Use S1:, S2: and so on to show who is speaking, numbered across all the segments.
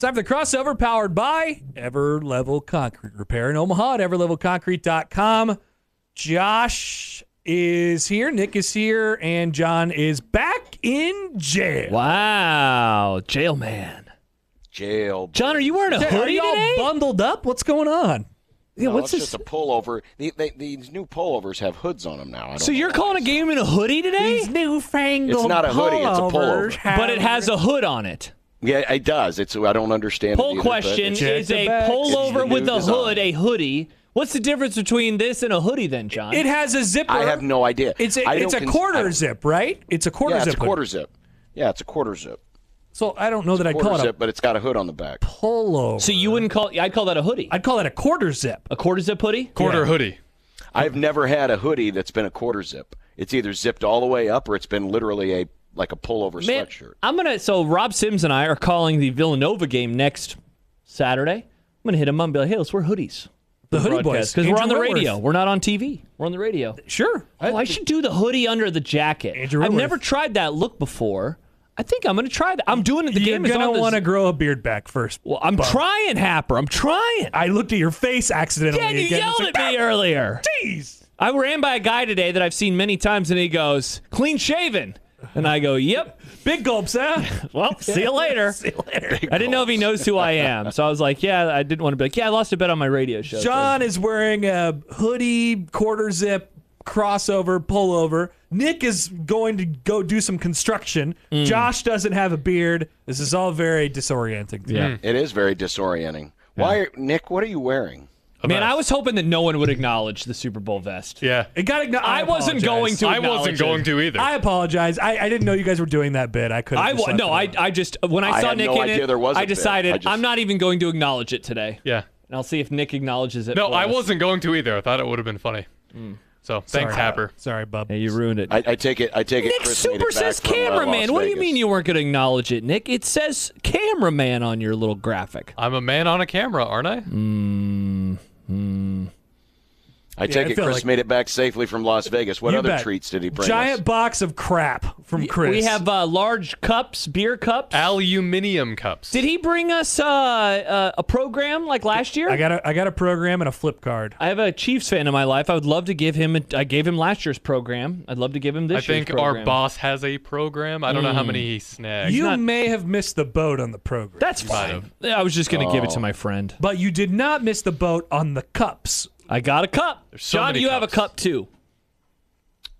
S1: Time for the crossover powered by Everlevel Concrete Repair in Omaha at everlevelconcrete.com. Josh is here, Nick is here, and John is back in jail.
S2: Wow, jail man.
S3: Jail.
S2: John, are you wearing a
S1: Hey, Are
S2: hoodie
S1: y'all
S2: today?
S1: bundled up? What's going on?
S2: yeah,
S3: No,
S2: what's
S3: it's
S2: this?
S3: just a pullover. The, they, these new pullovers have hoods on them now. I don't
S2: So
S3: know
S2: you're
S3: why.
S2: calling a game in a hoodie today?
S1: newfangled
S3: It's not a hoodie, it's a pullover.
S1: pullovers
S2: But it has a hood on it.
S3: Yeah, it does. It's. I don't understand. it
S2: Poll
S3: either, but
S2: question:
S3: it's-
S1: Check
S2: Is
S1: the
S2: a
S1: back.
S3: It's
S2: pullover
S3: the
S2: with
S3: new
S2: a hood
S3: design.
S2: a hoodie? What's the difference between this and a hoodie, then, John?
S1: It has a zipper.
S3: I have no idea.
S1: It's a,
S3: I
S1: it's
S3: don't
S1: a
S3: cons- I
S1: quarter
S3: don't-
S1: zip, right? It's a quarter
S3: Yeah,
S1: zip.
S3: it's a quarter zip. Yeah, it's a quarter zip.
S1: So I don't know that I'd
S3: Quarter
S1: call it a
S3: zip, but it's got a hood on the back.
S1: pullover.
S2: so you wouldn't call? I'd call that a hoodie.
S1: I'd call it a quarter zip.
S2: A quarter zip hoodie.
S4: Quarter
S1: Yeah.
S4: hoodie.
S3: I've never had a hoodie that's been a quarter zip. It's either zipped all the way up or it's been literally a like a pullover
S2: Man,
S3: sweatshirt.
S2: I'm gonna. So Rob Sims and I are calling the Villanova game next Saturday. I'm gonna hit him up and be like, "Hey, let's wear hoodies."
S1: The hoodie boys.
S2: because we're
S1: Andrew
S2: on the
S1: Whitworth.
S2: radio. We're not on TV. We're on the radio.
S1: Sure.
S2: Oh, I should do the hoodie under the jacket.
S1: Andrew
S2: I've
S1: Whitworth.
S2: never tried that look before. I think I'm gonna try that. I'm doing it. The
S1: You're
S2: game is
S1: gonna
S2: on.
S1: want to
S2: to.
S1: grow a beard back first.
S2: Well, I'm
S1: Bub.
S2: trying, Happer. I'm trying.
S1: I looked at your face accidentally.
S2: Yeah, you
S1: again. It's
S2: yelled
S1: like,
S2: at me earlier.
S1: Jeez.
S2: I ran by a guy today that I've seen many times, and he goes, "Clean shaven," and I go, "Yep."
S1: Big gulps, huh?
S2: Well, see you later.
S1: See you later.
S2: I didn't know if he knows who I am, so I was like, "Yeah." I didn't want to be like, "Yeah, I lost a bet on my radio show."
S1: John is wearing a hoodie, quarter zip, crossover, pullover. Nick is going to go do some construction.
S2: Hmm.
S1: Josh doesn't have a beard. This is all very disorienting. Yeah.
S3: It is very disorienting. Why, are, Nick? What are you wearing?
S2: man, I was hoping that no one would acknowledge the Super Bowl vest.
S4: Yeah.
S1: It got igno-
S2: I wasn't
S1: apologize.
S2: going to.
S4: I wasn't
S2: acknowledge
S4: going
S2: it.
S4: to either.
S1: I apologize. I, I didn't know you guys were doing that bit. I could.
S2: I wa- no, I, I just when I
S3: I
S2: saw
S3: had
S2: Nick
S3: no
S2: in
S3: idea
S2: it,
S3: there was a
S2: I
S3: bit.
S2: decided
S3: I just-
S2: I'm not even going to acknowledge it today.
S4: yeah.
S2: And I'll see if Nick acknowledges it.
S4: No,
S2: for
S4: I
S2: us.
S4: wasn't going to either. I thought it would have been funny.
S2: Mm.
S4: So thanks, Happer.
S1: Sorry, bub.
S2: Yeah, you ruined it.
S3: I, I take it. I take it.
S2: Nick
S3: Chris made
S2: Super
S3: it back
S2: says
S3: from, uh, Las
S2: cameraman. What do you
S3: Vegas.
S2: mean you weren't going to acknowledge it, Nick? It says cameraman on your little graphic.
S4: I'm a man on a camera, aren't I?
S2: Mm.
S3: I take
S1: I
S3: it.
S1: feel
S3: Chris
S1: like-
S3: made it back safely from Las Vegas. What
S1: You
S3: other
S1: bet.
S3: treats did he bring?
S1: Giant
S3: us?
S1: box of crap from Chris.
S2: We have uh, large cups, beer cups.
S4: Aluminium cups.
S2: Did he bring us uh, uh, a program like last year?
S1: I got a I got a program and a flip card.
S2: I have a Chiefs fan in my life. I would love to give him. A, I gave him last year's program. I'd love to give him this.
S4: I think
S2: year's program. Mm.
S4: our boss has a program. I don't know how many he snagged.
S1: You
S2: not-
S1: may have missed the boat on the program,
S2: That's fine. I was just going to
S4: Oh.
S2: give it to my friend.
S1: but you did not miss the boat on the cups.
S2: I got a cup.
S4: so
S2: John,
S4: many
S2: you have a
S4: cups.
S2: cup too.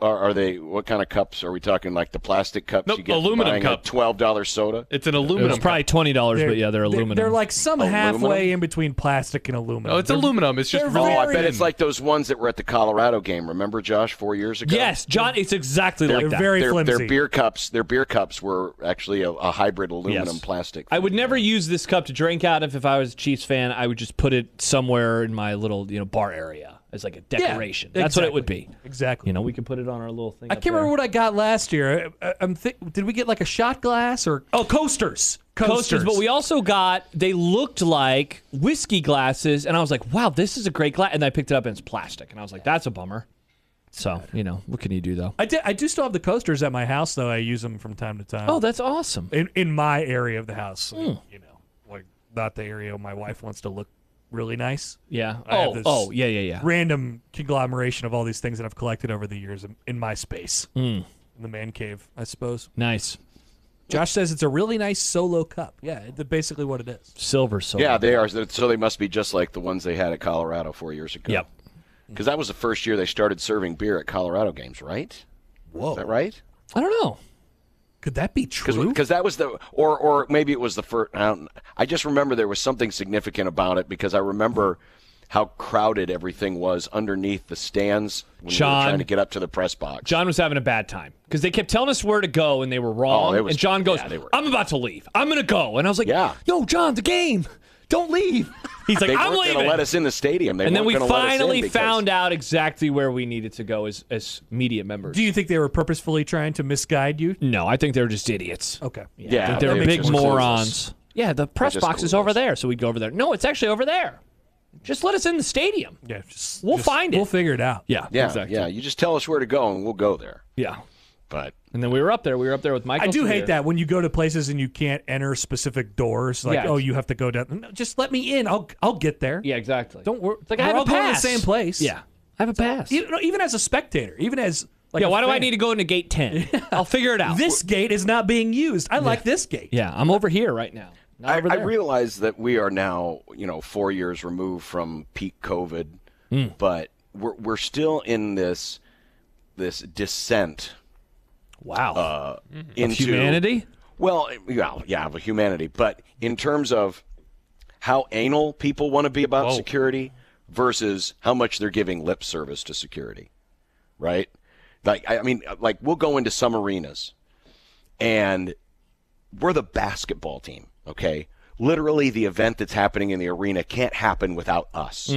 S3: Are, are they? What kind of cups are we talking? Like the plastic cups?
S4: Nope,
S3: you get for
S4: aluminum
S3: buying
S4: cup.
S3: A Twelve dollar soda.
S4: It's an
S2: It
S4: aluminum.
S2: was probably twenty dollars, but yeah, they're aluminum.
S1: They're like some
S3: Aluminum?
S1: halfway in between plastic and
S4: cup.
S1: aluminum.
S4: No, Oh, it's
S1: They're-
S4: aluminum. It's just
S1: they're
S4: really
S3: Oh, I
S1: very-
S3: bet it's like those ones that were at the Colorado game. Remember, Josh, four years ago.
S2: yes, John. It's exactly
S1: They're
S2: like that.
S1: very
S3: Their,
S1: flimsy.
S3: their beer cups. Their beer cups were actually a, a hybrid aluminum
S2: Yes.
S3: plastic.
S2: I would never use this cup to drink out of. If I was a Chiefs fan, I would just put it somewhere in my little, you know, bar area as like a
S1: Yeah,
S2: decoration. That's what it would be.
S1: exactly. Exactly.
S2: You know, we could put it on our little thing.
S1: I can't remember what I got last year. I, I, am thi- did we get like a shot glass or oh coasters?
S2: coasters, but we also got. They looked like whiskey glasses, and I was like, "Wow, this is a great glass." And I picked it up, and it's plastic, and I was like, "That's a bummer." So you know, what can you do though?
S1: I, did, I do still have the coasters at my house though. I use them from time to time.
S2: Oh, Hmm. that's awesome.
S1: in, in my area of the house. like, You know, like not the area my wife wants to look really nice.
S2: Yeah.
S1: I have
S2: oh,
S1: this
S2: oh, yeah, yeah, yeah.
S1: Random conglomeration of all these things that I've collected over the years in, in my space,
S2: Hmm.
S1: in the man cave, I suppose.
S2: Nice
S1: Josh says it's a really nice solo cup. Yeah, it's basically what it is.
S2: silver soul.
S3: Yeah, they are. So they must be just like the ones they had at Colorado four years ago.
S2: Yep.
S3: Because that was the first year they started serving beer at Colorado games, right? Whoa. Is that right?
S2: I don't know.
S1: Could that be true?
S3: Because that was the, or or maybe it was the first. I, don't, I just remember there was something significant about it because I remember how crowded everything was underneath the stands when you were
S2: John.
S3: trying to get up to the press box.
S2: John was having a bad time because they kept telling us where to go and they were wrong.
S3: Oh, it was-
S2: and John goes,
S3: yeah, they were-
S2: I'm about to leave. I'm going to go. And I was like,
S3: Yeah.
S2: Yo, John, the game. Don't leave. He's like,
S3: they
S2: I'm
S3: weren't
S2: leaving.
S3: to let us in the stadium. They
S2: and then we
S3: weren't gonna let us in
S2: finally
S3: because-
S2: found out exactly where we needed to go as, as media members.
S1: Do you think they were purposefully trying to misguide you?
S2: no, I think they were just idiots.
S1: Okay.
S3: Yeah,
S2: Like, they're
S3: they
S2: big
S3: just closed us.
S2: morons. Oh, Yeah, the press
S3: just
S2: box
S3: cool
S2: is over
S3: us.
S2: there. So we'd go over there. No, it's actually over there. Just let us in the stadium.
S1: Yeah. Just,
S2: We'll
S1: just-
S2: find it.
S1: We'll figure it out.
S2: Yeah,
S3: Yeah,
S2: exactly.
S3: yeah. You just tell us where to go, and we'll go there.
S2: yeah.
S3: But
S2: And then we were up there. We were up there with Michael.
S1: I do
S2: Spear.
S1: hate that when you go to places and you can't enter specific doors. Like,
S2: Yeah.
S1: oh, you have to go down. No, just let me in. I'll I'll get there.
S2: Yeah, exactly.
S1: Don't worry.
S2: It's like
S1: We're
S2: I have
S1: all
S2: a
S1: going to the
S2: pass.
S1: same place.
S2: Yeah, I have a pass.
S1: Even, no, even as a spectator, even as like,
S2: yeah,
S1: a
S2: why do I
S1: fan.
S2: need to go into gate 10? I'll figure it out.
S1: This gate is not being used. I like this gate.
S2: Yeah, I'm over here right now. Not
S3: I,
S2: over
S3: I
S2: there.
S3: realize that we are now, you know, four years removed from peak COVID,
S2: Hmm.
S3: but we're we're still in this this descent
S2: wow.
S3: Uh, into
S2: Humanity?
S3: Well, yeah, yeah, of humanity. But in terms of how anal people want to be about
S4: Whoa.
S3: security versus how much they're giving lip service to security, right? Like, I I mean, like we'll go into some arenas, and we're the basketball team. Okay, literally, the event that's happening in the arena can't happen without us,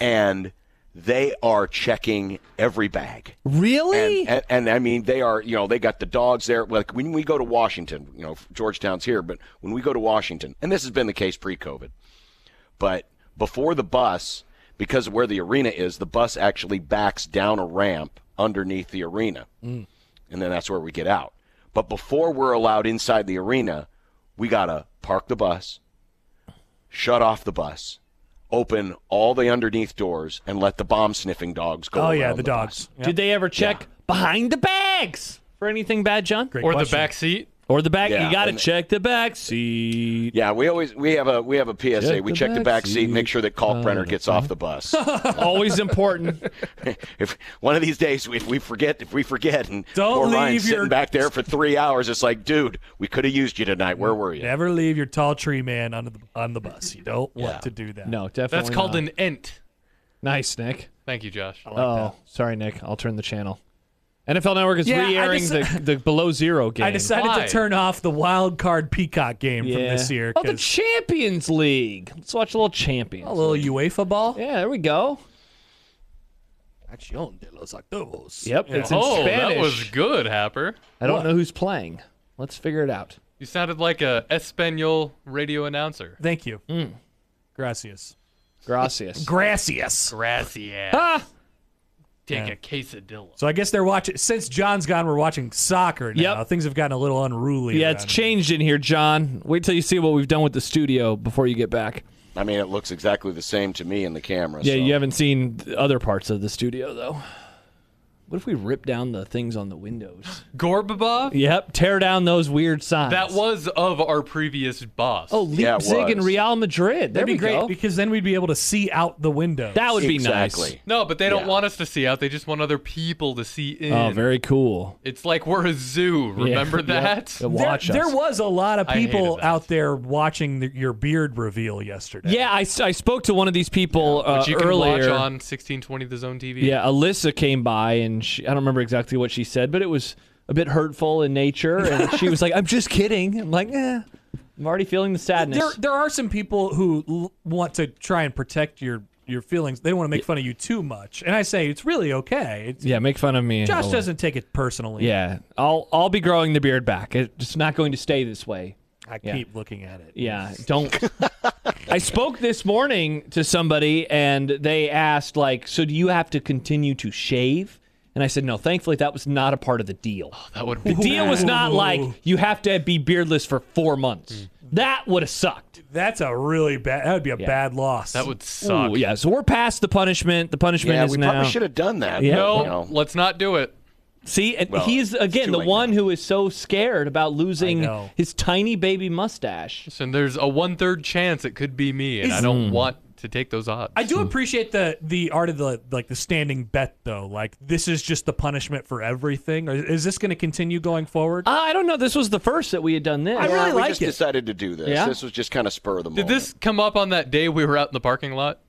S3: and they are checking every bag.
S2: Really?
S3: And, and, and I mean, they are, you know, they got the dogs there. Like when we go to Washington, you know, Georgetown's here, but when we go to Washington, and this has been the case pre COVID, but before the bus, because of where the arena is, the bus actually backs down a ramp underneath the arena.
S1: Mm.
S3: And then that's where we get out. But before we're allowed inside the arena, we got to park the bus, shut off the bus, open all the underneath doors, and let the bomb sniffing dogs go.
S1: Oh yeah,
S3: around
S1: the,
S3: bus.
S1: dogs. Yeah.
S2: Did they ever check behind the bags for anything bad, John?
S1: Great
S4: or
S1: question.
S4: the back seat.
S2: Or the back?
S3: Yeah,
S2: you got to
S3: and-
S2: check the back seat.
S3: Yeah, we always we have a we have a PSA.
S2: Check
S3: we
S2: the
S3: check the
S2: back
S3: back seat, make
S2: seat.
S3: sure that Kalkbrenner gets off the bus.
S2: Always important.
S3: if one of these days if we forget, if we forget, and
S1: Don't
S3: poor Ryan's
S1: leave
S3: sitting
S1: your-
S3: back there for three hours, it's like, dude, we could have used you tonight. Where were you?
S1: Never leave your tall tree man on the on the bus. You don't want to do that.
S2: No, definitely.
S4: That's called
S2: not.
S4: an ent.
S2: nice, Nick.
S4: Thank you, Josh.
S2: oh, sorry, Nick. I'll turn the channel. NFL Network is
S1: Yeah, I
S2: re-airing
S1: just-
S2: the, the below zero game.
S1: I decided
S4: Why?
S1: to turn off the wild card peacock game from this year.
S2: Oh, the
S1: 'cause-
S2: Champions League. Let's watch a little Champions.
S1: a little UEFA ball.
S2: Yeah, there we go.
S1: Acción de los Octavos.
S2: Yep, it's in
S4: oh,
S2: Spanish.
S4: that was good, Happer.
S2: I don't know who's playing. Let's figure it out.
S4: You sounded like a Espanol radio announcer.
S1: Thank you.
S4: Hmm.
S1: Gracias.
S2: Gracias.
S1: Gracias.
S4: Gracias.
S2: ah!
S4: Take a quesadilla.
S1: So I guess they're watching. Since John's gone, we're watching soccer now.
S2: Yep.
S1: Things have gotten a little unruly.
S2: Yeah, it's
S1: around
S2: changed in here, John. Wait till you see what we've done with the studio before you get back.
S3: I mean, it looks exactly the same to me in the camera.
S2: Yeah,
S3: so.
S2: you haven't seen th- other parts of the studio, though. What if we rip down the things on the windows?
S4: Gorbabov?
S2: yep, tear down those weird signs.
S4: That was of our previous boss.
S2: Oh,
S3: Yeah, it
S2: Leipzig and
S3: was.
S2: Real Madrid. There
S1: That'd
S2: we
S1: be great
S2: go.
S1: because then we'd be able to see out the window.
S2: That would be
S3: exactly.
S4: No, but they don't
S3: Yeah.
S4: want us to see out. They just want other people to see in.
S2: nice. Oh, very cool.
S4: It's like we're a zoo. Remember
S2: Yeah, Uh, yep,
S4: that?
S1: there,
S2: yeah, Watch
S1: there
S2: us.
S1: was a lot of
S4: I hated
S1: people
S4: that.
S1: out there watching the, your beard reveal yesterday.
S2: yeah, I, s- I spoke to one of these people uh,
S4: Which you can
S2: earlier.
S4: watch on 1620 The Zone TV.
S2: Yeah, Alyssa came by and she, I don't remember exactly what she said, but it was a bit hurtful in nature. And she was like, I'm just kidding. I'm like, eh, I'm already feeling the sadness.
S1: There, there are some people who l- want to try and protect your your feelings. They don't want to make fun of you too much, and I say it's really okay. It's,
S2: yeah, make fun of me. and
S1: Josh
S2: all-
S1: doesn't take it personally.
S2: Yeah, I'll I'll be growing the beard back. It- It's not going to stay this way.
S1: I
S2: Yeah.
S1: keep looking at it.
S2: Yeah, don't. I spoke this morning to somebody and they asked like, so do you have to continue to shave? And I said, no. Thankfully, that was not a part of the deal.
S4: That would
S2: The
S4: be
S2: deal was not like
S1: Ooh.
S2: you have to be beardless for four months.
S3: Mm.
S2: That would have sucked.
S1: That's a really bad. That would be a bad loss.
S4: That would suck.
S2: Ooh, yeah, so we're past the punishment. The punishment
S3: Yeah,
S2: is
S3: we
S2: now.
S3: probably should have done that.
S2: Yeah.
S4: No,
S3: you know.
S4: let's not do it.
S2: See, and
S3: Well,
S2: he's
S3: it's
S2: again
S3: too
S2: the
S3: late
S2: one
S3: now.
S2: who is so scared about losing
S1: know.
S2: his tiny baby mustache.
S4: And there's a one third chance it could be me, and I don't want to take those odds.
S1: I do appreciate the the art of the like the standing bet though. Like this is just the punishment for everything. Or is this going to continue going forward?
S2: Uh, I don't know. This was the first that we had done this.
S1: I
S3: Yeah,
S1: really
S3: we
S1: like
S3: just
S1: it.
S3: decided to do this.
S2: Yeah?
S3: This was just kind of spur of the
S4: Did
S3: moment.
S4: this come up on that day we were out in the parking lot?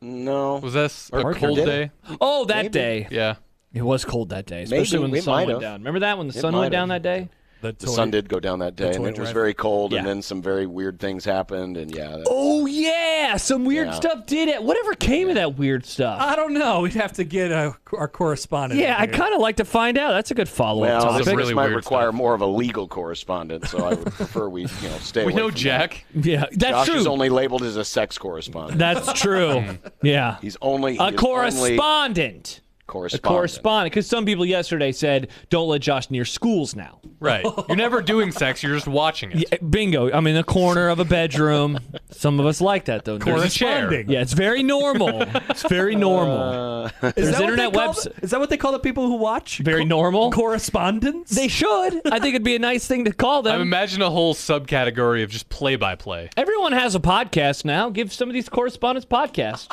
S3: No.
S4: Was this a
S3: Arthur
S4: cold
S3: did it.
S4: day?
S2: Oh, that day.
S4: Yeah.
S2: It was cold that day, especially when the
S3: It
S2: sun
S3: might
S2: went
S3: have.
S2: down. Remember that when the sun went
S3: might
S2: down
S3: have.
S2: that day?
S1: The,
S3: The sun did go down that day, and
S4: toy
S3: it was
S4: drive.
S3: very cold, and
S2: Yeah.
S3: then some very weird things happened, and yeah. that-
S2: Oh yeah, some weird
S3: Yeah.
S2: stuff did it. Whatever came of that weird stuff?
S1: I don't know. We'd have to get uh our correspondent.
S2: Ah, yeah,
S1: in
S2: I
S1: here.
S2: kind of like to find out. That's a good follow-up
S3: Well,
S2: topic.
S3: this, this
S4: really
S3: might
S4: weird
S3: require
S4: stuff.
S3: more of a legal correspondent, so I would prefer we, you know, stay.
S4: We
S3: away
S4: know
S3: from
S4: Jack.
S2: yeah,
S3: That.
S2: that's
S3: Josh is
S2: true.
S3: only labeled as a sex correspondent.
S2: That's true. yeah,
S3: He's only he
S2: a
S3: is only
S2: correspondent. A
S3: correspondent.
S2: correspondent, because some people yesterday said, "Don't let Josh near schools now."
S4: Right. You're never doing sex. You're just watching it.
S2: Yeah, bingo. I'm in a corner of a bedroom. Some of us like that though.
S4: There's a
S2: There's-
S4: chair.
S1: Corresponding.
S2: Yeah, it's very normal. It's very normal.
S3: Uh,
S1: Is that what
S2: There's
S1: they
S2: internet
S1: call
S2: webs-
S1: the- Is that what they call the people who watch?
S2: Very normal.
S1: correspondence.
S2: They should. I think it'd be a nice thing to call
S4: I
S2: them.
S4: imagine a whole subcategory of just play-by-play.
S2: Everyone has a podcast now. Give some of these correspondence podcasts.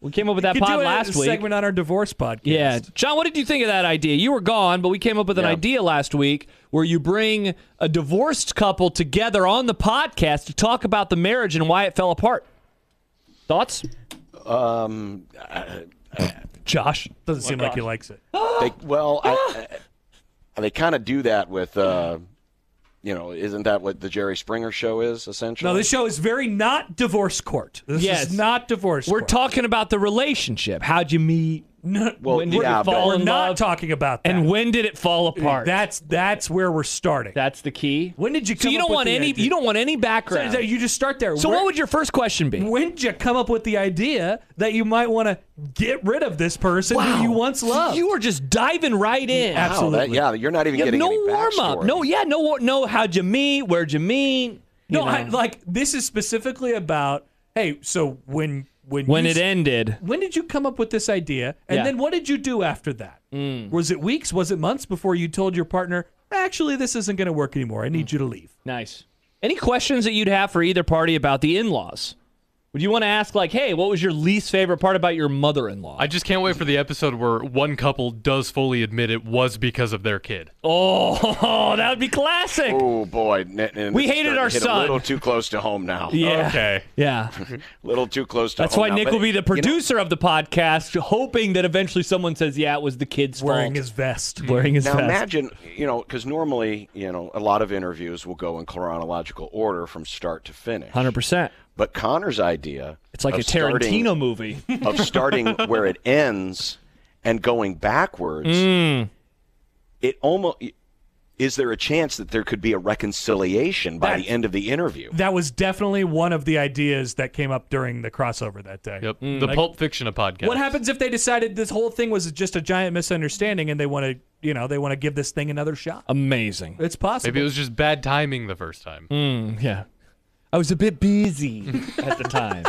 S2: we came up with that
S1: could do
S2: pod
S1: a
S2: last week.
S1: segment on our divorce podcast.
S2: Yeah. John, what did you think of that idea? You were gone, but we came up with an idea last week where you bring a divorced couple together on the podcast to talk about the marriage and why it fell apart. Thoughts?
S3: Um,
S2: Josh.
S1: doesn't seem like he likes it.
S3: they, well, I,
S2: Ah!
S3: I- they kind of do that with, uh, you know, isn't that what the Jerry Springer show is essentially?
S1: No, this show is very not divorce court. This
S2: Yes.
S1: is not divorce.
S2: We're
S1: court.
S2: talking about the relationship. How'd you meet?
S1: No,
S3: Well,
S2: when did
S3: yeah,
S2: you
S3: but-
S2: fall
S1: we're
S2: in
S1: not
S2: love?
S1: talking about that.
S2: and when did it fall apart?
S1: that's that's where we're starting.
S2: That's the key.
S1: when did you?
S2: So
S1: come
S2: you
S1: up
S2: don't
S1: with
S2: want
S1: the
S2: any.
S1: idea?
S2: You don't want any
S1: So,
S2: background.
S1: so you just start there.
S2: So what would your first question be?
S1: When did you come up with the idea that you might want to get rid of this person who you once loved?
S2: You were just diving right in.
S3: Wow, that-
S1: absolutely.
S3: yeah, you're not even
S2: You have
S3: getting
S2: no
S3: any
S2: warm up.
S3: backstory.
S2: No, yeah, no, wa- no. How'd you meet? Where'd you meet?
S1: no,
S2: You know.
S1: I, like this is specifically about. Hey, so when when
S2: when
S1: you
S2: it
S1: s-
S2: ended.
S1: when did you come up with this idea? And
S2: Yeah. Mm.
S1: then what did you do after that? Was it weeks? Was it months before you told your partner, actually, this isn't going to work anymore. I need you to leave?
S2: Nice. Any questions that you'd have for either party about the in-laws? Would you want to ask like, hey, what was your least favorite part about your mother-in-law?
S4: I just can't wait for the episode where one couple does fully admit it was because of their kid.
S2: oh, that would be classic.
S3: Oh boy, N- n-
S2: We
S3: this is
S2: hated
S3: starting to
S2: our
S3: hit
S2: son.
S3: A little too close to home now.
S2: Yeah.
S4: Okay.
S2: Yeah.
S3: A little too close to.
S2: That's
S3: home
S2: why
S3: now,
S2: Nick
S3: uh, Oh, but,
S2: will be the
S3: you know,
S2: producer of the podcast, hoping that eventually someone says, yeah, it was the kid's
S1: Wearing
S2: Mm. fault.
S1: his vest.
S2: wearing his
S3: Now
S2: vest.
S3: imagine, you know, because normally, you know, a lot of interviews will go in chronological order from start to finish.
S2: 100%.
S3: But Connor's idea,
S2: It's like
S3: of
S2: a Tarantino
S3: starting-
S2: movie.
S3: of starting where it ends and going backwards,
S2: Mm.
S3: it almost is there a chance that there could be a reconciliation by the
S1: That's-
S3: end of the interview?
S1: That was definitely one of the ideas that came up during the crossover that day.
S4: Yep. the Pulp Fiction of podcast.
S1: What happens if they decided this whole thing was just a giant misunderstanding and they want to, you know, they want to give this thing another shot?
S2: Amazing.
S1: It's possible.
S4: Maybe it was just bad timing the first time.
S2: Yeah. I was a bit busy at the time.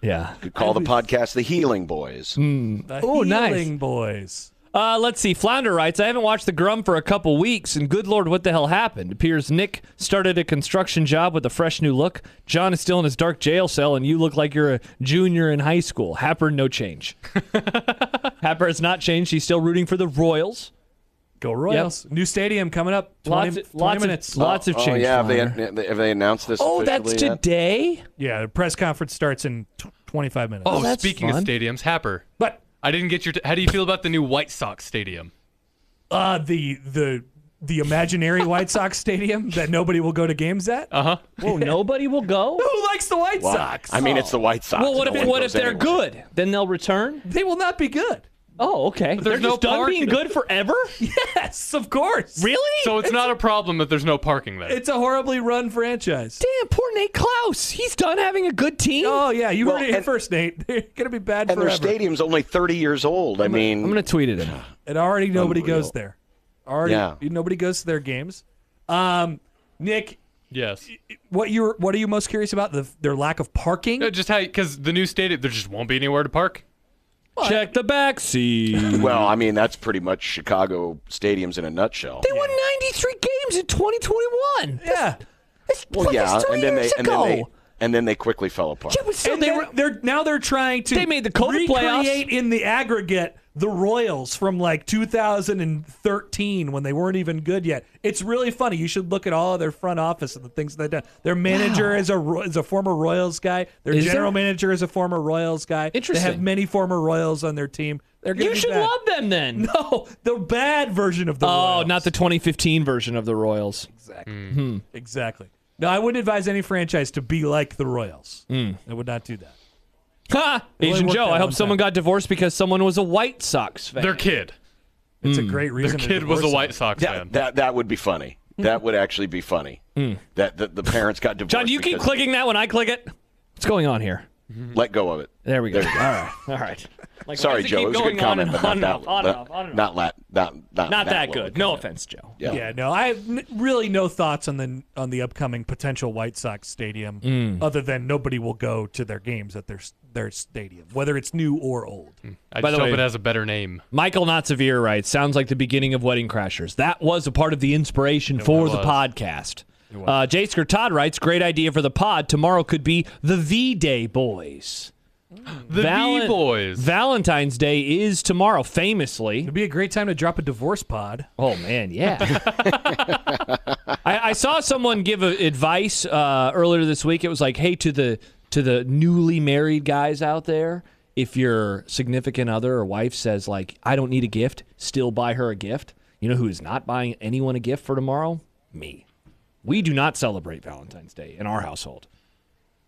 S2: yeah.
S3: Could call the podcast "The Healing Boys."
S2: Mm.
S1: the
S2: Ooh, nice.
S1: Healing Boys.
S2: Uh, let's see. Flounder writes, I haven't watched The Grum for a couple weeks, and good lord, what the hell happened? Appears Nick started a construction job with a fresh new look. John is still in his dark jail cell, and you look like you're a junior in high school. Happer, no change. Happer has not changed. He's still rooting for the Royals.
S1: Go Royals. New stadium coming up. 20,
S2: Lots,
S1: 20
S2: lots,
S1: minutes.
S2: of, lots of
S3: oh
S2: change.
S3: yeah, have they,
S2: Flounder.
S3: have they announced this?
S2: oh, that's
S3: officially uh, yet?
S2: today?
S1: yeah, the press conference starts in tw 25 minutes.
S4: Oh,
S2: that's
S4: speaking
S2: fun.
S4: of stadiums, Happer.
S1: But
S4: I didn't get your. T- How do you feel about the new White Sox stadium?
S1: Uh the the the imaginary White Sox stadium that nobody will go to games at.
S4: Uh huh.
S2: Whoa, nobody will go?
S1: Who likes the White
S3: Uh-huh. Wow.
S1: Sox?
S3: I mean, it's the White Sox.
S2: Well, what
S3: No
S2: if
S3: one
S2: what
S3: goes
S2: if they're
S3: anywhere.
S2: good? Then they'll return.
S1: they will not be good.
S2: Oh, okay. They're
S4: there's no
S2: just done
S4: park.
S2: being good forever.
S1: Yes, of course.
S2: really?
S4: So it's not a problem that there's no parking there.
S1: It's a horribly run franchise.
S2: Damn, poor Nate Klaus. He's done having a good team.
S1: Oh yeah, you
S3: Well,
S1: heard it here
S3: and-
S1: first, Nate. They're gonna be bad
S3: And
S1: forever.
S3: their stadium's only 30 years old. I mean,
S2: I'm gonna tweet it. him.
S1: and already nobody
S3: Unreal.
S1: goes there. Already
S3: Yeah.
S1: nobody goes to their games. Um, Nick,
S4: yes.
S1: what you what are you most curious about? The, their lack of parking.
S3: Uh,
S4: No, just how because the new stadium there just won't be anywhere to park.
S2: Check the back seat. they
S3: well, I mean, that's pretty much Chicago stadiums in a nutshell.
S2: won 93 games in 2021.
S1: yeah.
S2: That's
S3: well, yeah,
S2: three
S3: and then they
S2: years
S3: and
S2: ago.
S3: then they and then they quickly fell apart.
S2: yeah, but still,
S1: and
S2: they
S1: they
S2: were.
S1: are now they're trying to
S2: They made the COVID playoffs.
S1: recreate in the aggregate the Royals from like 2013 when they weren't even good yet. It's really funny. You should look at all of their front office and the things they've done. Their manager is a Ro- is a former Royals guy. Their
S2: Is
S1: general
S2: there?
S1: manager is a former Royals guy. They have
S2: Interesting.
S1: many former Royals on their team. They're gonna
S2: You
S1: be
S2: should
S1: bad.
S2: love them then.
S1: No, the bad version of the
S2: Oh,
S1: Royals.
S2: not the 2015 version of the Royals.
S1: Exactly. No, I wouldn't advise any franchise to be like the Royals.
S2: Hmm.
S1: I would not do that.
S2: Ha!
S1: only
S2: Asian
S1: worked
S2: Joe,
S1: out
S2: I
S1: one
S2: hope someone
S1: time.
S2: got divorced because someone was a White Sox fan.
S4: Their kid.
S1: It's
S2: Hmm.
S1: a great reason.
S4: Their
S1: to
S4: kid was a
S1: divorce
S4: White
S1: them.
S4: Sox
S3: That,
S4: fan.
S3: that that would be funny.
S2: Mm.
S3: That would actually be funny. That, that the parents got divorced.
S2: Hmm. John, do you keep
S3: because-
S2: clicking that when I click it? What's going on here?
S3: Let go of it.
S2: There we go.
S3: There
S2: All
S3: you go.
S2: right. All right. Like, why
S3: Sorry,
S2: does it
S3: Joe.
S2: keep
S3: It was a
S2: going
S3: good
S2: on
S3: comment,
S2: and
S3: but
S2: on
S3: not
S2: and off,
S3: that.
S2: on and off, on and off.
S3: Not that. Not not
S2: Not that
S3: level of
S2: good. No
S3: comment.
S2: offense, Joe.
S3: Yeah.
S1: Yeah, no, I have n- really no thoughts on the on the upcoming potential White Sox stadium,
S2: Mm.
S1: other than nobody will go to their games at their s- their stadium, whether it's new or old.
S4: I
S2: By
S4: just
S2: the
S4: hope
S2: way-
S4: it has a better name.
S2: Michael Not Severe writes, sounds like the beginning of Wedding Crashers. That was a part of the inspiration for the
S4: was.
S2: podcast. Uh, Jay Todd writes, great idea for the pod. Tomorrow could be the V Day Boys.
S4: The
S2: Valen-
S4: B-Boys.
S2: Valentine's Day is tomorrow, famously.
S1: It'd be a great time to drop a divorce pod.
S2: Oh man, yeah. I, I saw someone give a, advice uh, earlier this week. It was like, hey, to the to the newly married guys out there, if your significant other or wife says like, I don't need a gift, still buy her a gift. You know who is not buying anyone a gift for tomorrow? Me. We do not celebrate Valentine's Day in our household.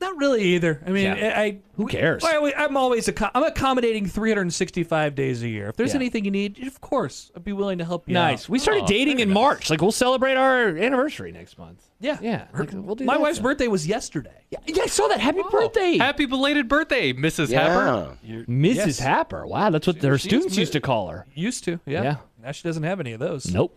S1: Not really either. I mean,
S2: Yeah.
S1: I, I
S2: Who cares?
S1: Well, I- I'm always acco- I'm accommodating 365 days a year. If there's
S2: Yeah.
S1: anything you need, of course, I'd be willing to help you.
S2: Nice.
S1: out.
S2: We started
S4: Aw,
S2: dating
S4: very
S2: in
S4: nice.
S2: March. Like we'll celebrate our anniversary next month.
S1: Yeah,
S2: Yeah.
S1: Her-
S2: Like, we'll do
S1: my
S2: that
S1: wife's
S2: then.
S1: birthday was yesterday.
S2: Yeah, yeah I saw that. Happy birthday.
S4: Happy belated birthday, Mrs. Happer.
S3: Yeah.
S2: Mrs.
S1: Yes.
S2: Happer. Wow, that's what her
S1: she is
S2: students
S1: mi-
S2: used to call her.
S1: Used to, yeah.
S2: Yeah.
S1: Now she doesn't have any of those.
S2: Nope. Mm.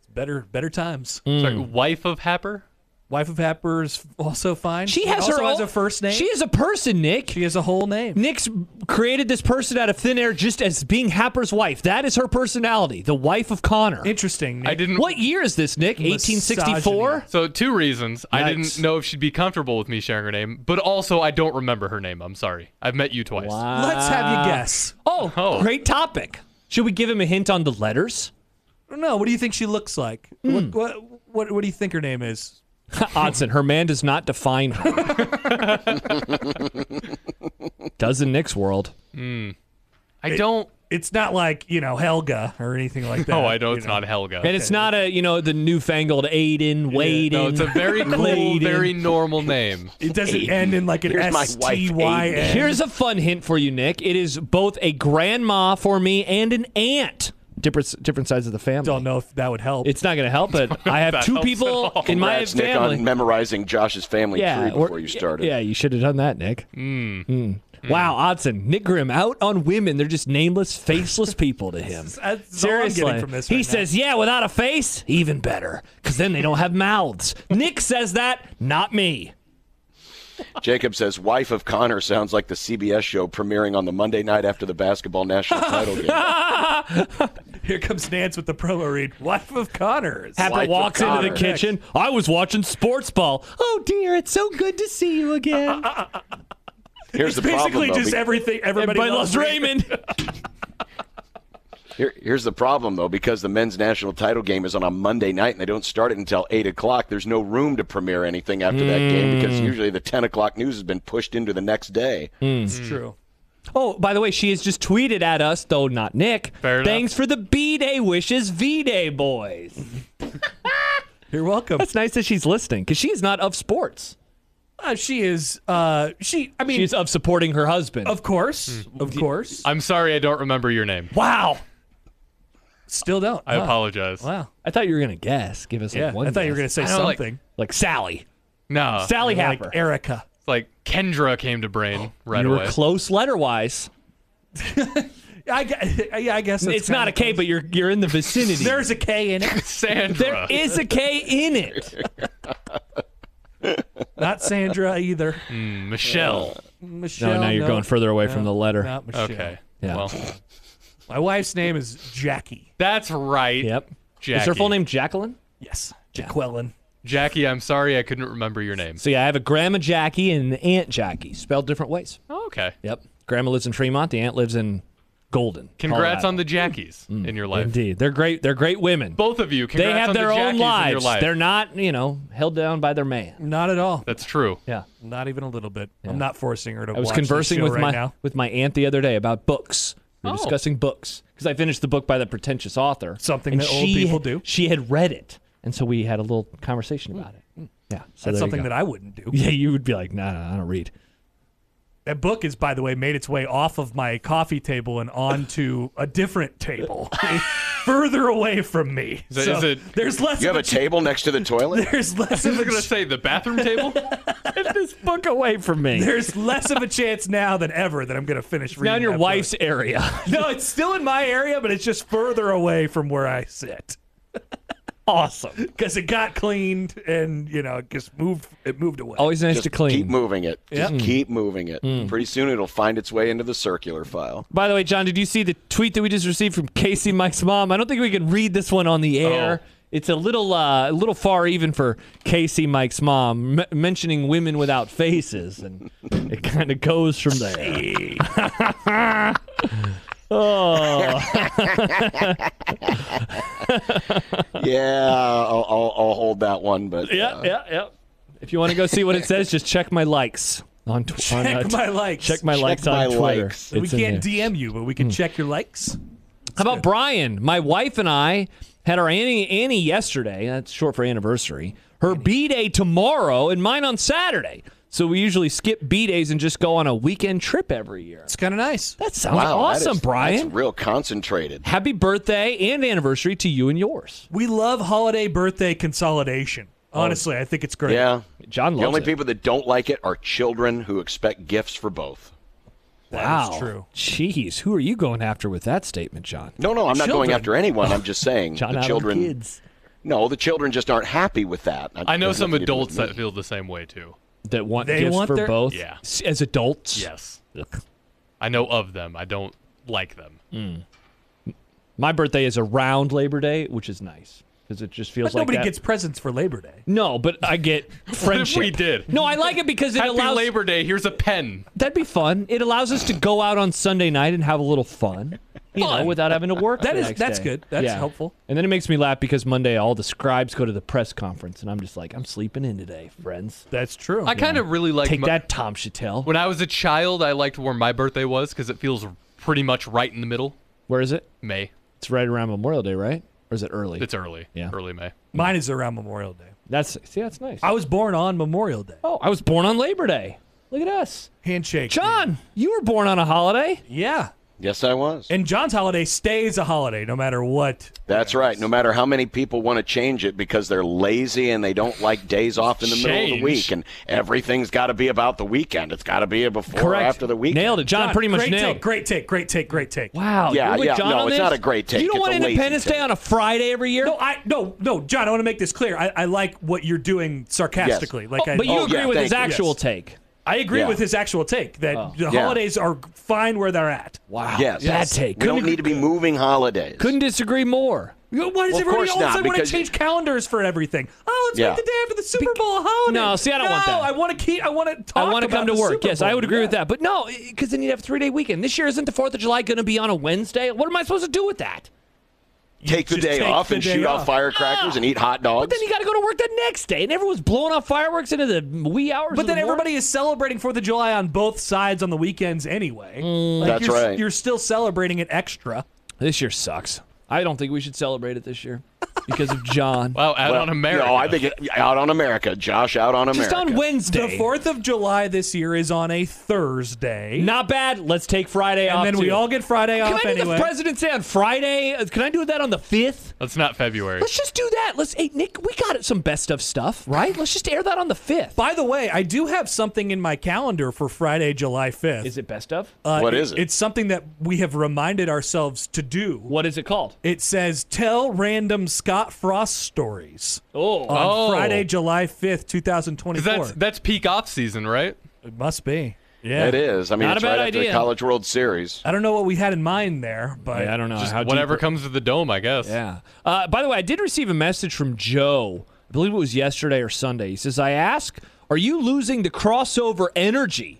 S1: It's better, better times.
S4: Sorry, wife of Happer?
S1: Wife of Happer is also fine.
S2: She has
S1: also
S2: her
S1: has
S2: own,
S1: a first name.
S2: She is a person, Nick.
S1: She has a whole name.
S2: Nick's created this person out of thin air just as being Happer's wife. That is her personality, the wife of Connor.
S1: Interesting. Nick.
S4: I didn't.
S2: what year is this, Nick? 1864?
S4: So two reasons. I didn't
S2: Yikes.
S4: know if she'd be comfortable with me sharing her name, but also I don't remember her name. I'm sorry. I've met you twice.
S1: Let's have you guess.
S2: Oh,
S4: Oh.
S2: great topic. Should we give him a hint on the letters?
S1: No, what do you think she looks like? What, what what what do you think her name is?
S2: Odson, her man does not define her. does in Nick's world.
S4: I don't.
S1: It's not like you know Helga or anything like that.
S4: Oh, I know
S1: you
S4: it's not Helga.
S2: And it's not a, you know, the newfangled Aiden, Waden.
S4: no, it's a very cool,
S2: Laden.
S4: very normal name.
S1: It doesn't end in like an
S3: Here's my
S1: S T Y
S3: wife, Aiden.
S1: N.
S2: Here's a fun hint for you, Nick. It is both a grandma for me and an aunt. Different different sides of the family.
S1: Don't know if that would help.
S2: It's not going to help, but I have
S4: That
S2: two
S4: helps
S2: people
S4: at all.
S2: in my
S3: Congrats, Nick,
S2: family.
S3: on memorizing Josh's family tree
S2: or-
S3: before you started.
S2: Yeah, you should have done that, Nick.
S1: Hmm.
S2: Mm. Wow, Odson, Nick Grimm out on women. They're just nameless, faceless people to him.
S1: that's all I'm
S2: Seriously,
S1: getting from this
S2: he
S1: right now.
S2: says, "Yeah, without a face, even better, because then they don't have mouths." Nick says that, not me.
S3: Jacob says, "Wife of Connor sounds like the CBS show premiering on the Monday night after the basketball national title game."
S1: Here comes Nance with the promo read. Wife of Connors.
S2: Papa
S3: Wife of
S2: walks into the
S3: Connor.
S2: kitchen. I was watching sports ball. Oh dear, it's so good to see you
S1: Uh,
S2: again.
S3: Here's the
S1: Basically,
S3: problem, though.
S1: just
S3: be-
S1: everything. Everybody,
S2: Everybody loves Raymond.
S3: here- here's the problem, though, because the men's national title game is on a Monday night and they don't start it until eight o'clock. There's no room to premiere anything after that game because
S2: Mm.
S3: usually the ten o'clock news has been pushed into the next day.
S1: It's true.
S2: Oh, by the way, she has just tweeted at us, though not Nick.
S4: Fair enough.
S2: Thanks for the B Day wishes, V Day boys.
S1: You're welcome.
S2: It's nice that she's listening because she is not of sports.
S1: Uh, she is. Uh, she. I mean,
S2: She's of supporting her husband.
S1: of course, of course.
S4: I'm sorry, I don't remember your name.
S2: wow.
S1: Still don't.
S4: I
S1: Wow.
S4: apologize.
S1: Wow.
S2: I thought you were gonna guess. Give us
S1: Yeah.
S2: like one.
S1: I thought you were
S2: guess.
S1: gonna say
S4: I don't like-
S1: something
S2: like Sally.
S4: No,
S2: Sally
S1: like,
S2: Happer.
S1: Erica.
S4: it's like Kendra came to brain right
S2: Oh, you were
S4: away.
S2: close letter wise.
S1: I gu- yeah, I guess that's
S2: It's not
S1: kinda
S2: a K,
S1: close.
S2: but you're you're in the vicinity.
S1: There's a K in it.
S4: Sandra.
S2: there is a K in it.
S1: Not Sandra either.
S4: Michelle.
S1: Michelle.
S2: No, now you're going further away from the letter.
S1: Not Michelle.
S4: Okay.
S2: Yeah.
S4: Well,
S1: My wife's name is Jackie.
S4: that's right.
S2: Yep. Is her
S4: Jackie.
S2: full name Jacqueline?
S1: Yes, Jaqueline.
S4: Jackie, I'm sorry I couldn't remember your name.
S2: So yeah, I have a grandma Jackie and an aunt Jackie, spelled different ways.
S4: Oh, okay.
S2: Yep. Grandma lives in Fremont. The aunt lives in golden.
S4: Congrats
S2: Colorado.
S4: on the Jackies in your life.
S2: Mm. Indeed, they're great. They're great women.
S4: Both of you.
S2: they
S4: Congrats
S2: have
S4: on
S2: their
S4: the
S2: own
S4: Jackies In your
S2: lives.
S4: life.
S2: They're not, you know, held down by their man.
S1: Not at all.
S4: That's true.
S2: Yeah.
S1: Not even a little bit. I'm not forcing her to.
S2: I was
S1: watch this
S2: conversing
S1: show
S2: with
S1: right
S2: my
S1: now.
S2: with my aunt the other day about books. We were
S4: Oh.
S2: discussing books because I finished the book by the pretentious author.
S1: Something
S2: and
S1: that old
S2: she
S1: people
S2: had-
S1: do.
S2: She had read it, and so we had a little conversation about it. Yeah, so
S1: Hmm. That's something that I wouldn't do.
S2: yeah, you would be like, nah, nah, I don't read.
S1: That book is, by the way, made its way off of my coffee table and onto a different table, further away from me.
S4: Is it-
S1: So
S4: is it-
S1: there's less.
S3: You
S1: of
S3: have
S1: a
S3: a table next to the toilet?
S1: there's less
S4: I
S1: of
S4: was
S1: a
S4: gonna say the bathroom table.
S2: Get this book away from me.
S1: there's less of a chance now than ever that I'm going to finish reading.
S2: now in your
S1: that
S2: wife's
S1: book.
S2: area.
S1: No, it's still in my area, but it's just further away from where I sit
S2: awesome.
S1: because it got cleaned and you know it just moved. It moved away.
S2: Always nice
S3: Just
S2: to clean. Mm.
S3: keep moving it. Just keep moving it. Pretty soon it'll find its way into the circular file.
S2: By the way, John, did you see the tweet that we just received from Casey Mike's mom? I don't think we can read this one on the
S3: Oh.
S2: air. It's a little, uh, a little far even for Casey Mike's mom m- mentioning women without faces, and it kind of goes from there.
S3: Yeah, I'll, I'll, I'll hold that one, but
S2: Yeah,
S3: uh,
S2: yeah, yeah. If you want to go see what it says, just check my likes on Twitter.
S1: Check my likes.
S2: Check my
S3: Check
S2: likes
S3: my
S2: on Twitter.
S3: likes.
S1: we
S2: It's in
S1: can't
S2: there. Hmm.
S1: DM you, but we can check your likes.
S2: How about Brian? My wife and I had our Annie Annie yesterday. That's short for anniversary. Her B day tomorrow, and mine on Saturday. So we usually skip B days and just go on a weekend trip every year.
S1: It's kind of nice.
S2: That sounds
S3: wow, that is-
S2: awesome, Brian.
S3: That's real concentrated.
S2: Happy birthday and anniversary to you and yours.
S1: We love holiday birthday consolidation.
S2: Oh.
S1: Honestly, I think it's great.
S3: Yeah.
S2: John
S3: The
S2: loves
S3: only
S2: it.
S3: people that don't like it are children who expect gifts for both.
S2: wow.
S1: is true.
S2: Jeez, who are you going after with that statement, John?
S3: No, no, I'm not
S2: Children.
S3: going after anyone. I'm just saying
S2: John,
S3: the
S2: out
S3: children.
S2: kids
S3: No, the children just aren't happy with that.
S4: I know
S3: There's
S4: some
S3: nothing to do
S4: adults
S3: with
S4: that
S3: me.
S4: feel the same way too.
S2: that want
S1: They
S2: gifts
S1: want
S2: for
S1: their-
S2: both.
S4: Yeah.
S2: s- as adults.
S4: Yes,
S2: Ugh.
S4: I know of them. I don't like them.
S2: My birthday is around Labor Day, which is nice because it just feels
S1: But
S2: like
S1: nobody
S2: that-
S1: gets presents for Labor Day.
S2: No, but I get friendship.
S4: we did?
S2: No, I like it because it
S4: Happy
S2: allows
S4: Labor Day. Here's a pen.
S2: that'd be fun. It allows us to go out on Sunday night and have a little fun, you know, without having to work.
S1: That
S2: the
S1: is-
S2: next
S1: that's
S2: day.
S1: good. That's helpful.
S2: And then it makes me laugh because Monday all the scribes go to the press conference, and I'm just like, I'm sleeping in today, friends.
S1: That's true.
S4: I kind of really like
S2: Take
S4: my-
S2: that, Tom Chattel.
S4: When I was a child, I liked where my birthday was because it feels pretty much right in the middle.
S2: Where is it?
S4: May.
S2: It's right around Memorial Day, right? Or is it early?
S4: It's early.
S2: Yeah.
S4: Early May.
S1: Mine is around Memorial Day.
S2: that's see, that's nice.
S1: I was born on Memorial Day.
S2: oh, I was born on Labor Day. Look at us,
S1: Handshake.
S2: John. You were born on a holiday.
S1: Yeah.
S3: Yes, I was.
S1: And John's holiday stays a holiday no matter what.
S3: That's right. No matter how many people want to change it because they're lazy and they don't like days off in the middle of the
S4: Change.
S3: week, and everything's got to be about the weekend. It's got to be before
S2: Correct.
S3: or after the weekend.
S2: Nailed it, John.
S1: John,
S2: pretty much
S1: great
S2: nailed.
S1: Take, great take, great take, great take.
S2: Wow.
S3: Yeah,
S2: you're with
S3: yeah,
S2: John
S3: no,
S2: on
S3: it's
S2: this?
S3: not a great take.
S2: You don't
S3: It's
S2: want
S3: a lazy
S2: Independence Day
S3: take.
S2: on a Friday every year?
S1: No, I no, no, John, I want to make this clear. I, I like what you're doing sarcastically. Like I
S2: but you
S3: Oh,
S2: agree
S3: yeah,
S2: with
S3: thank
S2: his
S3: you.
S2: actual
S1: Yes.
S2: take.
S1: I agree
S3: Yeah.
S1: with his actual take that
S2: Oh.
S1: the
S3: Yeah.
S1: holidays are fine where they're at.
S2: Wow.
S3: Yes.
S2: Bad take.
S3: We don't
S2: Couldn't,
S3: need to be moving holidays.
S2: couldn't disagree more.
S1: Why does
S3: of
S1: everybody
S3: course
S1: all of a
S3: not,
S1: sudden want to
S3: because-
S1: change calendars for everything? Oh, let's
S3: Yeah.
S1: make the day after the Super Bowl a holiday.
S2: No, see, I don't want
S1: No,
S2: that.
S1: I want to keep. I want to talk.
S2: I want to
S1: about
S2: come to
S1: the
S2: work.
S1: Super
S2: Yes,
S1: Bowl.
S2: I would agree
S1: Yeah.
S2: with that. But no, because then you'd have a three day weekend. This year isn't the 4th of July going to be on a Wednesday? What am I supposed to do with that?
S3: take the
S1: Just
S3: day
S1: take
S3: off
S1: the
S3: and
S1: day
S3: shoot
S1: off.
S3: off firecrackers and eat hot
S2: But
S3: dogs.
S2: then you got to go to work the next day, and everyone's blowing off fireworks into the wee hours.
S1: But
S2: of
S1: then
S2: the morning.
S1: everybody is celebrating Fourth of July on both sides on the weekends anyway. Like,
S3: Mm. That's
S1: you're, s-
S3: right.
S1: You're still celebrating it extra.
S2: This year sucks. I don't think we should celebrate it this year because of John.
S4: Wow, out
S3: Well,
S4: on America.
S3: No, I think it, out on America. Josh out on America.
S2: Just on Wednesday.
S1: The Fourth of July this year is on a Thursday,
S2: Not bad. Let's take Friday off.
S1: and then we
S2: too.
S1: all get Friday
S2: Can
S1: off
S2: I do
S1: anyway.
S2: the President's Day on Friday? Uh, Can I do that on the fifth?
S4: That's not February.
S2: Let's just do that. Let's. Hey, Nick, we got some best of stuff, right? Let's just air that on the fifth.
S1: By the way, I do have something in my calendar for Friday, July fifth.
S2: Is it best of?
S1: Uh,
S3: What is it?
S1: It's something that we have reminded ourselves to do.
S2: what is it called?
S1: It says tell random Scott Frost stories
S2: Oh,
S1: on
S4: Oh.
S1: Friday, July 5th,
S4: 'Cause
S1: 2024.
S4: that's that's peak off season, right?
S1: it must be. Yeah.
S3: It is. I mean,
S2: uh, Not
S3: it's
S2: a bad
S3: right after the
S2: idea.
S3: College World Series.
S1: I don't know what we had in mind there, but
S2: I don't know.
S4: Just
S2: how
S4: whatever
S2: deep-
S4: comes to the dome, I guess.
S2: Yeah. Uh, by the way, I did receive a message from Joe. I believe it was yesterday or Sunday. He says, "I ask, are you losing the crossover energy?"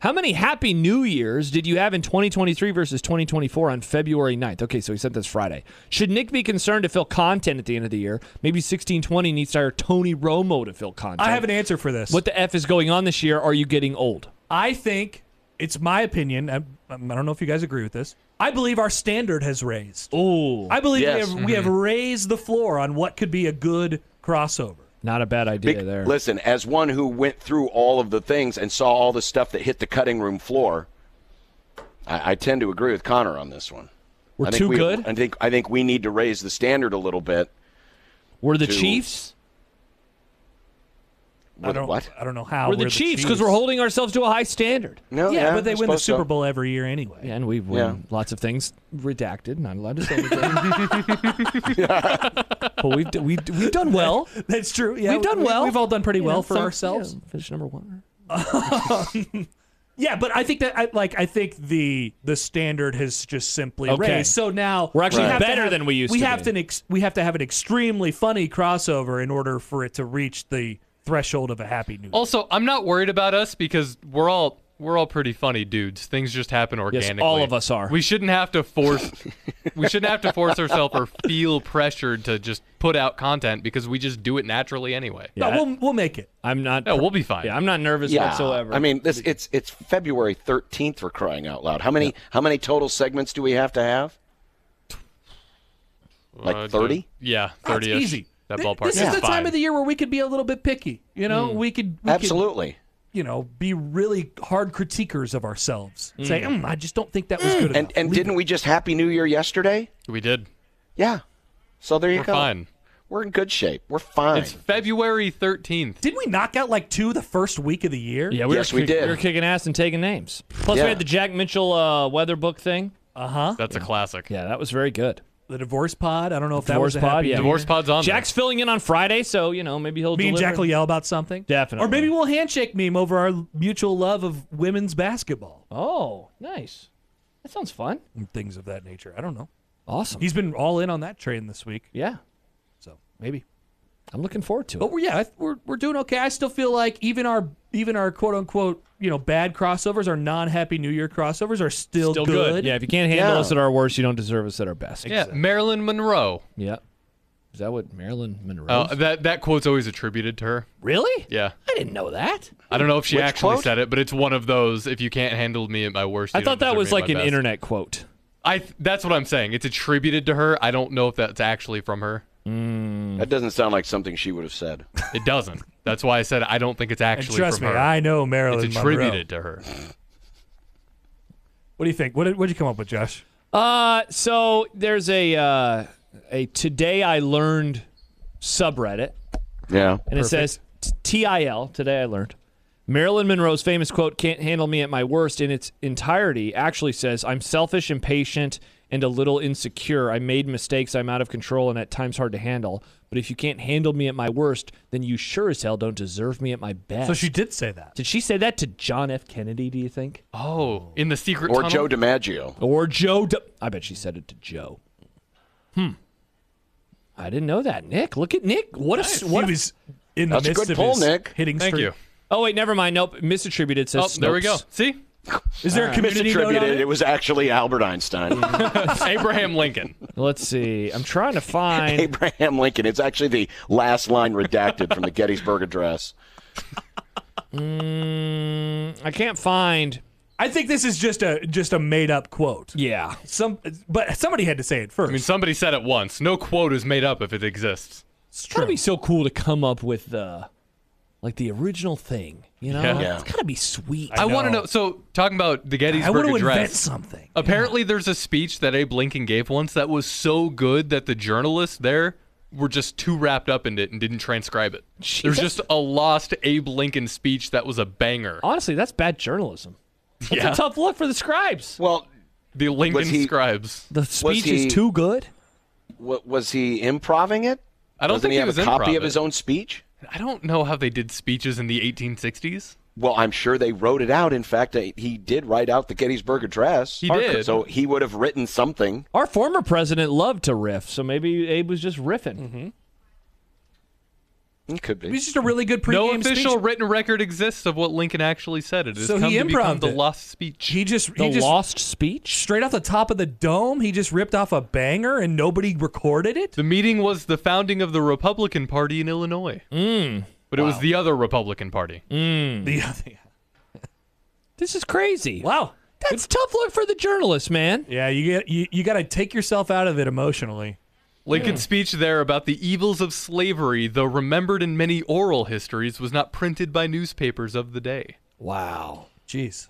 S2: How many Happy New Years did you have in 2023 versus 2024 on February 9th? Okay, so he sent this Friday. Should Nick be concerned to fill content at the end of the year? Maybe 1620 needs to hire Tony Romo to fill content.
S1: I have an answer for this.
S2: What the F is going on this year? Are you getting old?
S1: I think it's my opinion. I, I don't know if you guys agree with this. I believe our standard has raised.
S2: Ooh. Mm-hmm.
S1: I believe we,
S3: Yes.
S1: have, we have raised the floor on what could be a good crossover.
S2: Not a bad idea
S3: Big-
S2: there.
S3: Listen, as one who went through all of the things and saw all the stuff that hit the cutting room floor, I, I tend to agree with Connor on this one.
S2: We're
S3: I think
S2: too
S3: we-
S2: good?
S3: I think I think we need to raise the standard a little bit.
S2: We're the
S3: Two.
S2: Chiefs?
S1: I
S3: With
S1: don't,
S3: what?
S1: I don't know how
S2: We're the Chiefs because we're holding ourselves to a high standard.
S3: No,
S1: Yeah, but they
S3: I
S1: win the
S3: suppose so.
S1: Super Bowl every year anyway.
S2: Yeah, and we win
S3: Yeah.
S2: lots of things redacted. Not allowed to say anything. but we've, d- we've, d- we've done well.
S1: That's true. Yeah,
S2: We've done
S1: we-
S2: well.
S1: We've all done pretty
S2: You
S1: well
S2: know,
S1: for
S2: some-
S1: ourselves.
S2: yeah, finish number one.
S1: Yeah, but I think that I like I think the the standard has just simply
S2: Okay.
S1: raised. So now
S2: We're actually
S1: we have to
S2: better
S1: have-
S2: than we used
S1: We
S2: to
S1: have
S2: be.
S1: to ex- we have to have an extremely funny crossover in order for it to reach the threshold of a happy new. Year.
S4: Also, I'm not worried about us because we're all we're all pretty funny dudes. Things just happen organically.
S2: all of us are.
S4: We shouldn't have to force we shouldn't have to force ourselves or feel pressured to just put out content because we just do it naturally anyway.
S1: No, we'll we'll make it.
S2: I'm not.
S4: No, we'll be fine.
S2: Yeah, I'm not nervous
S3: Yeah,
S2: whatsoever.
S3: I mean, this it's it's February thirteenth. For crying out loud, how many how many total segments do we have to have? Like
S4: Uh,
S3: 30?
S4: Yeah,
S1: That's
S4: 30 -ish.
S1: easy.
S4: That
S1: Th-
S4: ballpark
S1: This
S4: is
S1: is the
S4: fine.
S1: time of the year where we could be a little bit picky. You know,
S2: Hmm.
S1: we could we could,
S3: Absolutely.
S1: you know be really hard critiquers of ourselves.
S2: Hmm.
S1: Say, mm, I just don't think that was good
S3: Hmm. And
S1: enough.
S3: and
S1: Leave
S3: didn't we just Happy New Year yesterday?
S4: We did.
S3: Yeah. So there you
S4: We're
S3: go.
S4: fine.
S3: We're in good shape. We're fine.
S4: It's February 13th.
S1: Didn't we knock out like two the first week of the year?
S2: yeah, we
S3: Yes,
S2: were
S3: we
S2: kick-
S3: did.
S2: We were kicking ass and taking names. Plus,
S3: Yeah.
S2: we had the Jack Mitchell uh, weather book thing.
S1: Uh huh.
S4: That's a classic.
S2: Yeah, that was very good.
S1: The divorce pod. I don't know if
S2: Divorce
S1: that was a
S2: pod,
S1: happy
S2: yeah.
S1: new
S4: Divorce
S1: year.
S4: pod's on.
S2: Jack's filling in on Friday, so you know maybe he'll.
S1: Me and
S2: deliver.
S1: Jack will yell about something.
S2: Definitely.
S1: Or maybe we'll handshake meme over our mutual love of women's basketball
S2: Oh, nice. That sounds fun.
S1: and things of that nature. I don't know.
S2: Awesome.
S1: He's been all in on that train this week,
S2: yeah,
S1: so maybe.
S2: I'm looking forward to it.
S1: But we're, yeah, I th- we're, we're doing okay. I still feel like even our even our quote unquote you know bad crossovers, our non Happy New Year crossovers, are still,
S2: Still good. Yeah, if you can't handle
S3: Yeah.
S2: us at our worst, you don't deserve us at our best.
S4: Yeah, Marilyn Monroe.
S2: Yeah. Is that what Marilyn Monroe?
S4: Uh, that that quote's always attributed to her.
S2: really?
S4: Yeah.
S2: I didn't know that.
S4: I don't know if she
S3: Which
S4: actually
S3: quote?
S4: said it, but it's one of those. If you can't handle me at my worst,
S2: I
S4: you don't
S2: thought that
S4: deserve
S2: was
S4: me at
S2: like
S4: my
S2: an
S4: best.
S2: internet quote.
S4: I th- that's what I'm saying. It's attributed to her. I don't know if that's actually from her.
S3: that doesn't sound like something she would have said.
S4: It doesn't. that's why I said I don't think it's
S1: And
S4: actually
S1: trust me,
S4: from her.
S1: I know
S4: it's
S1: Marilyn Monroe.
S4: attributed to her.
S1: What do you think? What did what'd you come up with, Josh?
S2: Uh, so there's a uh, a today I learned subreddit,
S3: Yeah.
S2: and it says t- TIL. Today I learned Marilyn Monroe's famous quote "Can't handle me at my worst" in its entirety actually says I'm selfish, impatient, and a little insecure. I made mistakes. I'm out of control, and at times hard to handle. But if you can't handle me at my worst, then you sure as hell don't deserve me at my best.
S1: So she did say that.
S2: did she say that to John F. Kennedy? Do you think?
S4: Oh, in the secret
S3: Or
S4: tunnel?
S3: Joe DiMaggio.
S2: Or Joe. D- I bet she said it to Joe. Hmm. I didn't know that, Nick. Look at Nick. What a s- what.
S1: he
S2: a-
S1: was in the
S3: That's a
S1: midst
S3: good
S1: of
S3: poll,
S1: his
S3: Nick.
S1: hitting
S4: Thank
S1: streak.
S4: you.
S2: oh wait, never mind. Nope, misattributed. It
S4: Oh,
S2: Says
S4: there we go.
S2: Snopes.
S4: See,
S1: Is there a community note on
S3: Attributed.
S1: it?
S3: It was actually Albert Einstein.
S4: Abraham Lincoln.
S2: Let's see. I'm trying to find.
S3: Abraham Lincoln. It's actually the last line redacted from the Gettysburg Address.
S2: Mm, I can't find.
S1: I think this is just a just a made up quote.
S2: Yeah.
S1: Some, but somebody had to say it first.
S4: I mean, somebody said it once. No quote is made up if it exists.
S2: It's gotta be so cool to come up with the, like the original thing. You know,
S4: Yeah.
S3: Yeah.
S2: it's gotta be sweet.
S4: I, want to
S1: know.
S4: know. So, talking about the
S1: I want
S4: Gettysburg
S1: to
S4: Address.
S1: invent something.
S4: Apparently, there's a speech that Abe Lincoln gave once that was so good that the journalists there were just too wrapped up in it and didn't transcribe it. There's
S2: that's-
S4: just a lost Abe Lincoln speech that was a banger.
S3: Oh.
S2: Honestly, that's bad journalism. That's a tough look for the scribes.
S3: Well,
S4: The Lincoln
S3: Was he-
S4: scribes.
S2: The speech
S3: he-
S2: is too good.
S3: wa- was he improving it?
S4: I don't
S3: Doesn't
S4: think
S3: he
S4: he
S3: have
S4: was
S3: a copy
S4: improv
S3: of his
S4: it.
S3: own speech?
S4: I don't know how they did speeches in the 1860s.
S3: Well, I'm sure they wrote it out. In fact, uh, he did write out the Gettysburg Address.
S4: He did.
S3: So he would have written something.
S2: Our Mm-hmm. former president loved to riff, so maybe Abe was just riffing.
S3: It could be.
S1: He's just a really good pregame
S4: no official
S1: speech.
S4: written record exists of what Lincoln actually said. It has
S1: So
S4: come
S1: he
S4: to become
S1: improv'd
S4: the
S1: it.
S4: lost speech.
S1: He just
S2: The
S1: he just
S2: lost speech?
S1: straight off the top of the dome. He just ripped off a banger and nobody recorded it.
S4: the meeting was the founding of the Republican Party in Illinois.
S3: Mm.
S4: But it was the other Republican Party.
S1: The-
S2: This is crazy.
S1: wow.
S2: That's a tough look for the journalist, man.
S1: Yeah, you get you, you got to take yourself out of it emotionally.
S4: Lincoln's speech there about the evils of slavery, though remembered in many oral histories, was not printed by newspapers of the day.
S2: Wow.
S1: Jeez.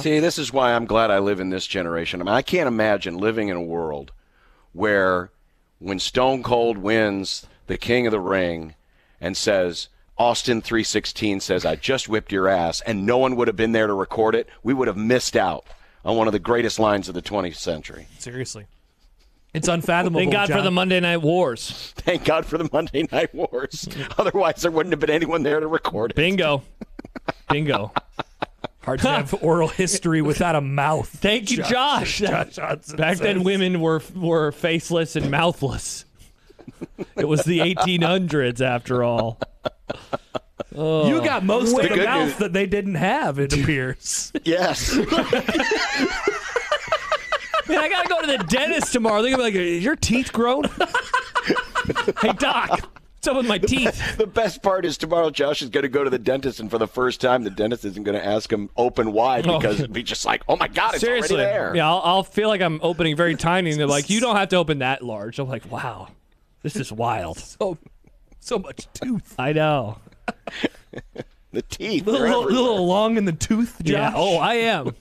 S3: See, this is why I'm glad I live in this generation. I mean, I can't imagine living in a world where when Stone Cold wins the King of the Ring and says Austin 316 says I just whipped your ass and no one would have been there to record it, we would have missed out on one of the greatest lines of the 20th century.
S1: Seriously. It's unfathomable.
S2: Thank God for
S1: John.
S2: the Monday Night Wars.
S3: Thank God for the Monday Night Wars. Otherwise, there wouldn't have been anyone there to record it.
S2: Bingo. Bingo.
S1: Hard to have oral history without a mouth.
S2: Thank you, Josh. Back then, women were were faceless and mouthless. It was the 1800s, after all.
S1: You got most of the
S3: good
S1: mouth
S3: news-
S1: that they didn't have, it appears.
S3: Yes.
S2: Man, I gotta go to the dentist tomorrow. They're gonna be like, "Is your teeth grown?" hey, doc, what's up with my teeth?
S3: The best part is tomorrow Josh is going to go to the dentist, and for the first time, the dentist isn't going to ask him open wide
S2: Oh.
S3: because it'd be just like, oh my God, it's
S2: Seriously,
S3: already there.
S2: yeah, I'll, I'll feel like I'm opening very tiny, and they're like, "You don't have to open that large." I'm like, "Wow, this is wild."
S1: so, so much tooth.
S2: I know.
S3: The teeth.
S1: A
S3: they're
S1: little,
S3: everywhere.
S1: little long in the tooth, Josh.
S2: Yeah. Oh, I am.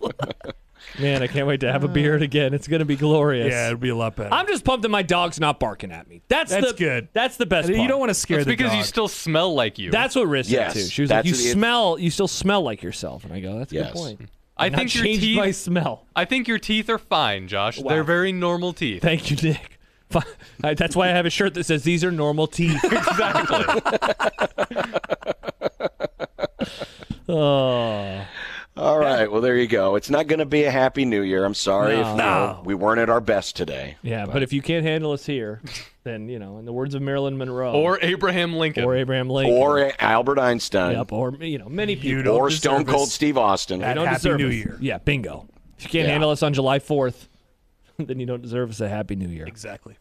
S2: Man, I can't wait to have a beard again. It's gonna be glorious.
S1: yeah, it'd be a lot better.
S2: I'm just pumped that my dog's not barking at me. That's
S1: That's
S2: the,
S1: good.
S2: That's the best.
S1: you
S2: part.
S1: don't want to scare
S4: It's
S1: the
S4: because
S1: dog.
S4: you still smell like you.
S2: That's what Riz
S3: Yes,
S2: said too. She was like,
S3: that's
S2: "You
S3: the-
S2: smell. You still smell like yourself." And I go, "That's a
S3: Yes.
S2: good point."
S4: I
S2: Not
S4: think your
S2: changed
S4: teeth.
S2: my smell.
S4: I think your teeth are fine, Josh. They're very normal teeth.
S2: Thank you, Nick. Fi- I- That's why I have a shirt that says "These are normal teeth."
S4: exactly.
S2: oh,
S3: All right. Well, there you go. It's not going to be a happy new year. I'm sorry if you know, we weren't at our best today.
S2: yeah. But if you can't handle us here, then you know, in the words of Marilyn Monroe
S4: Or Abraham Lincoln.
S2: or Abraham Lincoln,
S3: Or Albert Einstein,
S2: yep, or you know, many people.
S1: don't
S3: or
S1: deserve
S3: Stone Cold
S1: us.
S3: Steve Austin.
S2: You don't
S1: Happy
S2: deserve
S1: New
S2: us.
S1: Year.
S2: Yeah, bingo. If you can't
S3: Yeah.
S2: handle us on July fourth, then you don't deserve us a happy New Year.
S1: Exactly.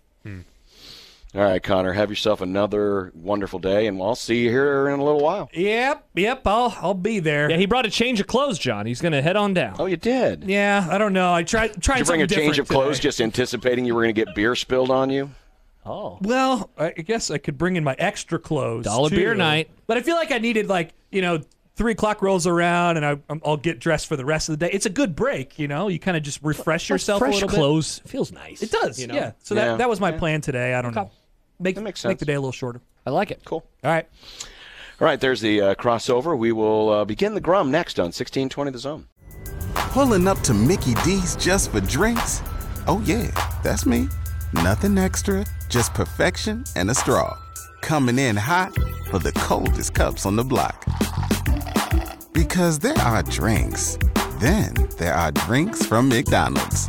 S3: All right, Connor. Have yourself another wonderful day, and I'll see you here in a little while.
S1: Yep, yep. I'll I'll be there.
S2: Yeah, he brought a change of clothes, John. He's gonna head on down.
S3: Oh, you did.
S1: Yeah, I don't know. I tried tried
S3: Did you bring a
S1: something
S3: change of
S1: different
S3: clothes
S1: today.
S3: just anticipating you were going to get beer spilled on you?
S2: Oh,
S1: Well, I I guess I could bring in my extra clothes.
S2: Dollar
S1: too.
S2: beer night.
S1: But I feel like I needed like you know three o'clock rolls around and I, I'm- I'll get dressed for the rest of the day. It's a good break, you know. You kind of just refresh yourself a
S2: fresh
S1: little
S2: clothes feels nice.
S1: bit. It does,
S2: you know?
S1: yeah. So
S3: Yeah.
S1: that that was my plan today. I don't know. Make
S3: That makes
S1: make the
S3: sense.
S1: day a little shorter.
S2: I like it.
S3: Cool.
S1: All right.
S3: All right, there's the uh, crossover. We will uh, begin the Grum next on 1620 The Zone.
S5: Pulling up to Mickey D's just for drinks? Oh, yeah, that's me. Nothing extra, just perfection and a straw. Coming in hot for the coldest cups on the block. Because there are drinks, then there are drinks from McDonald's.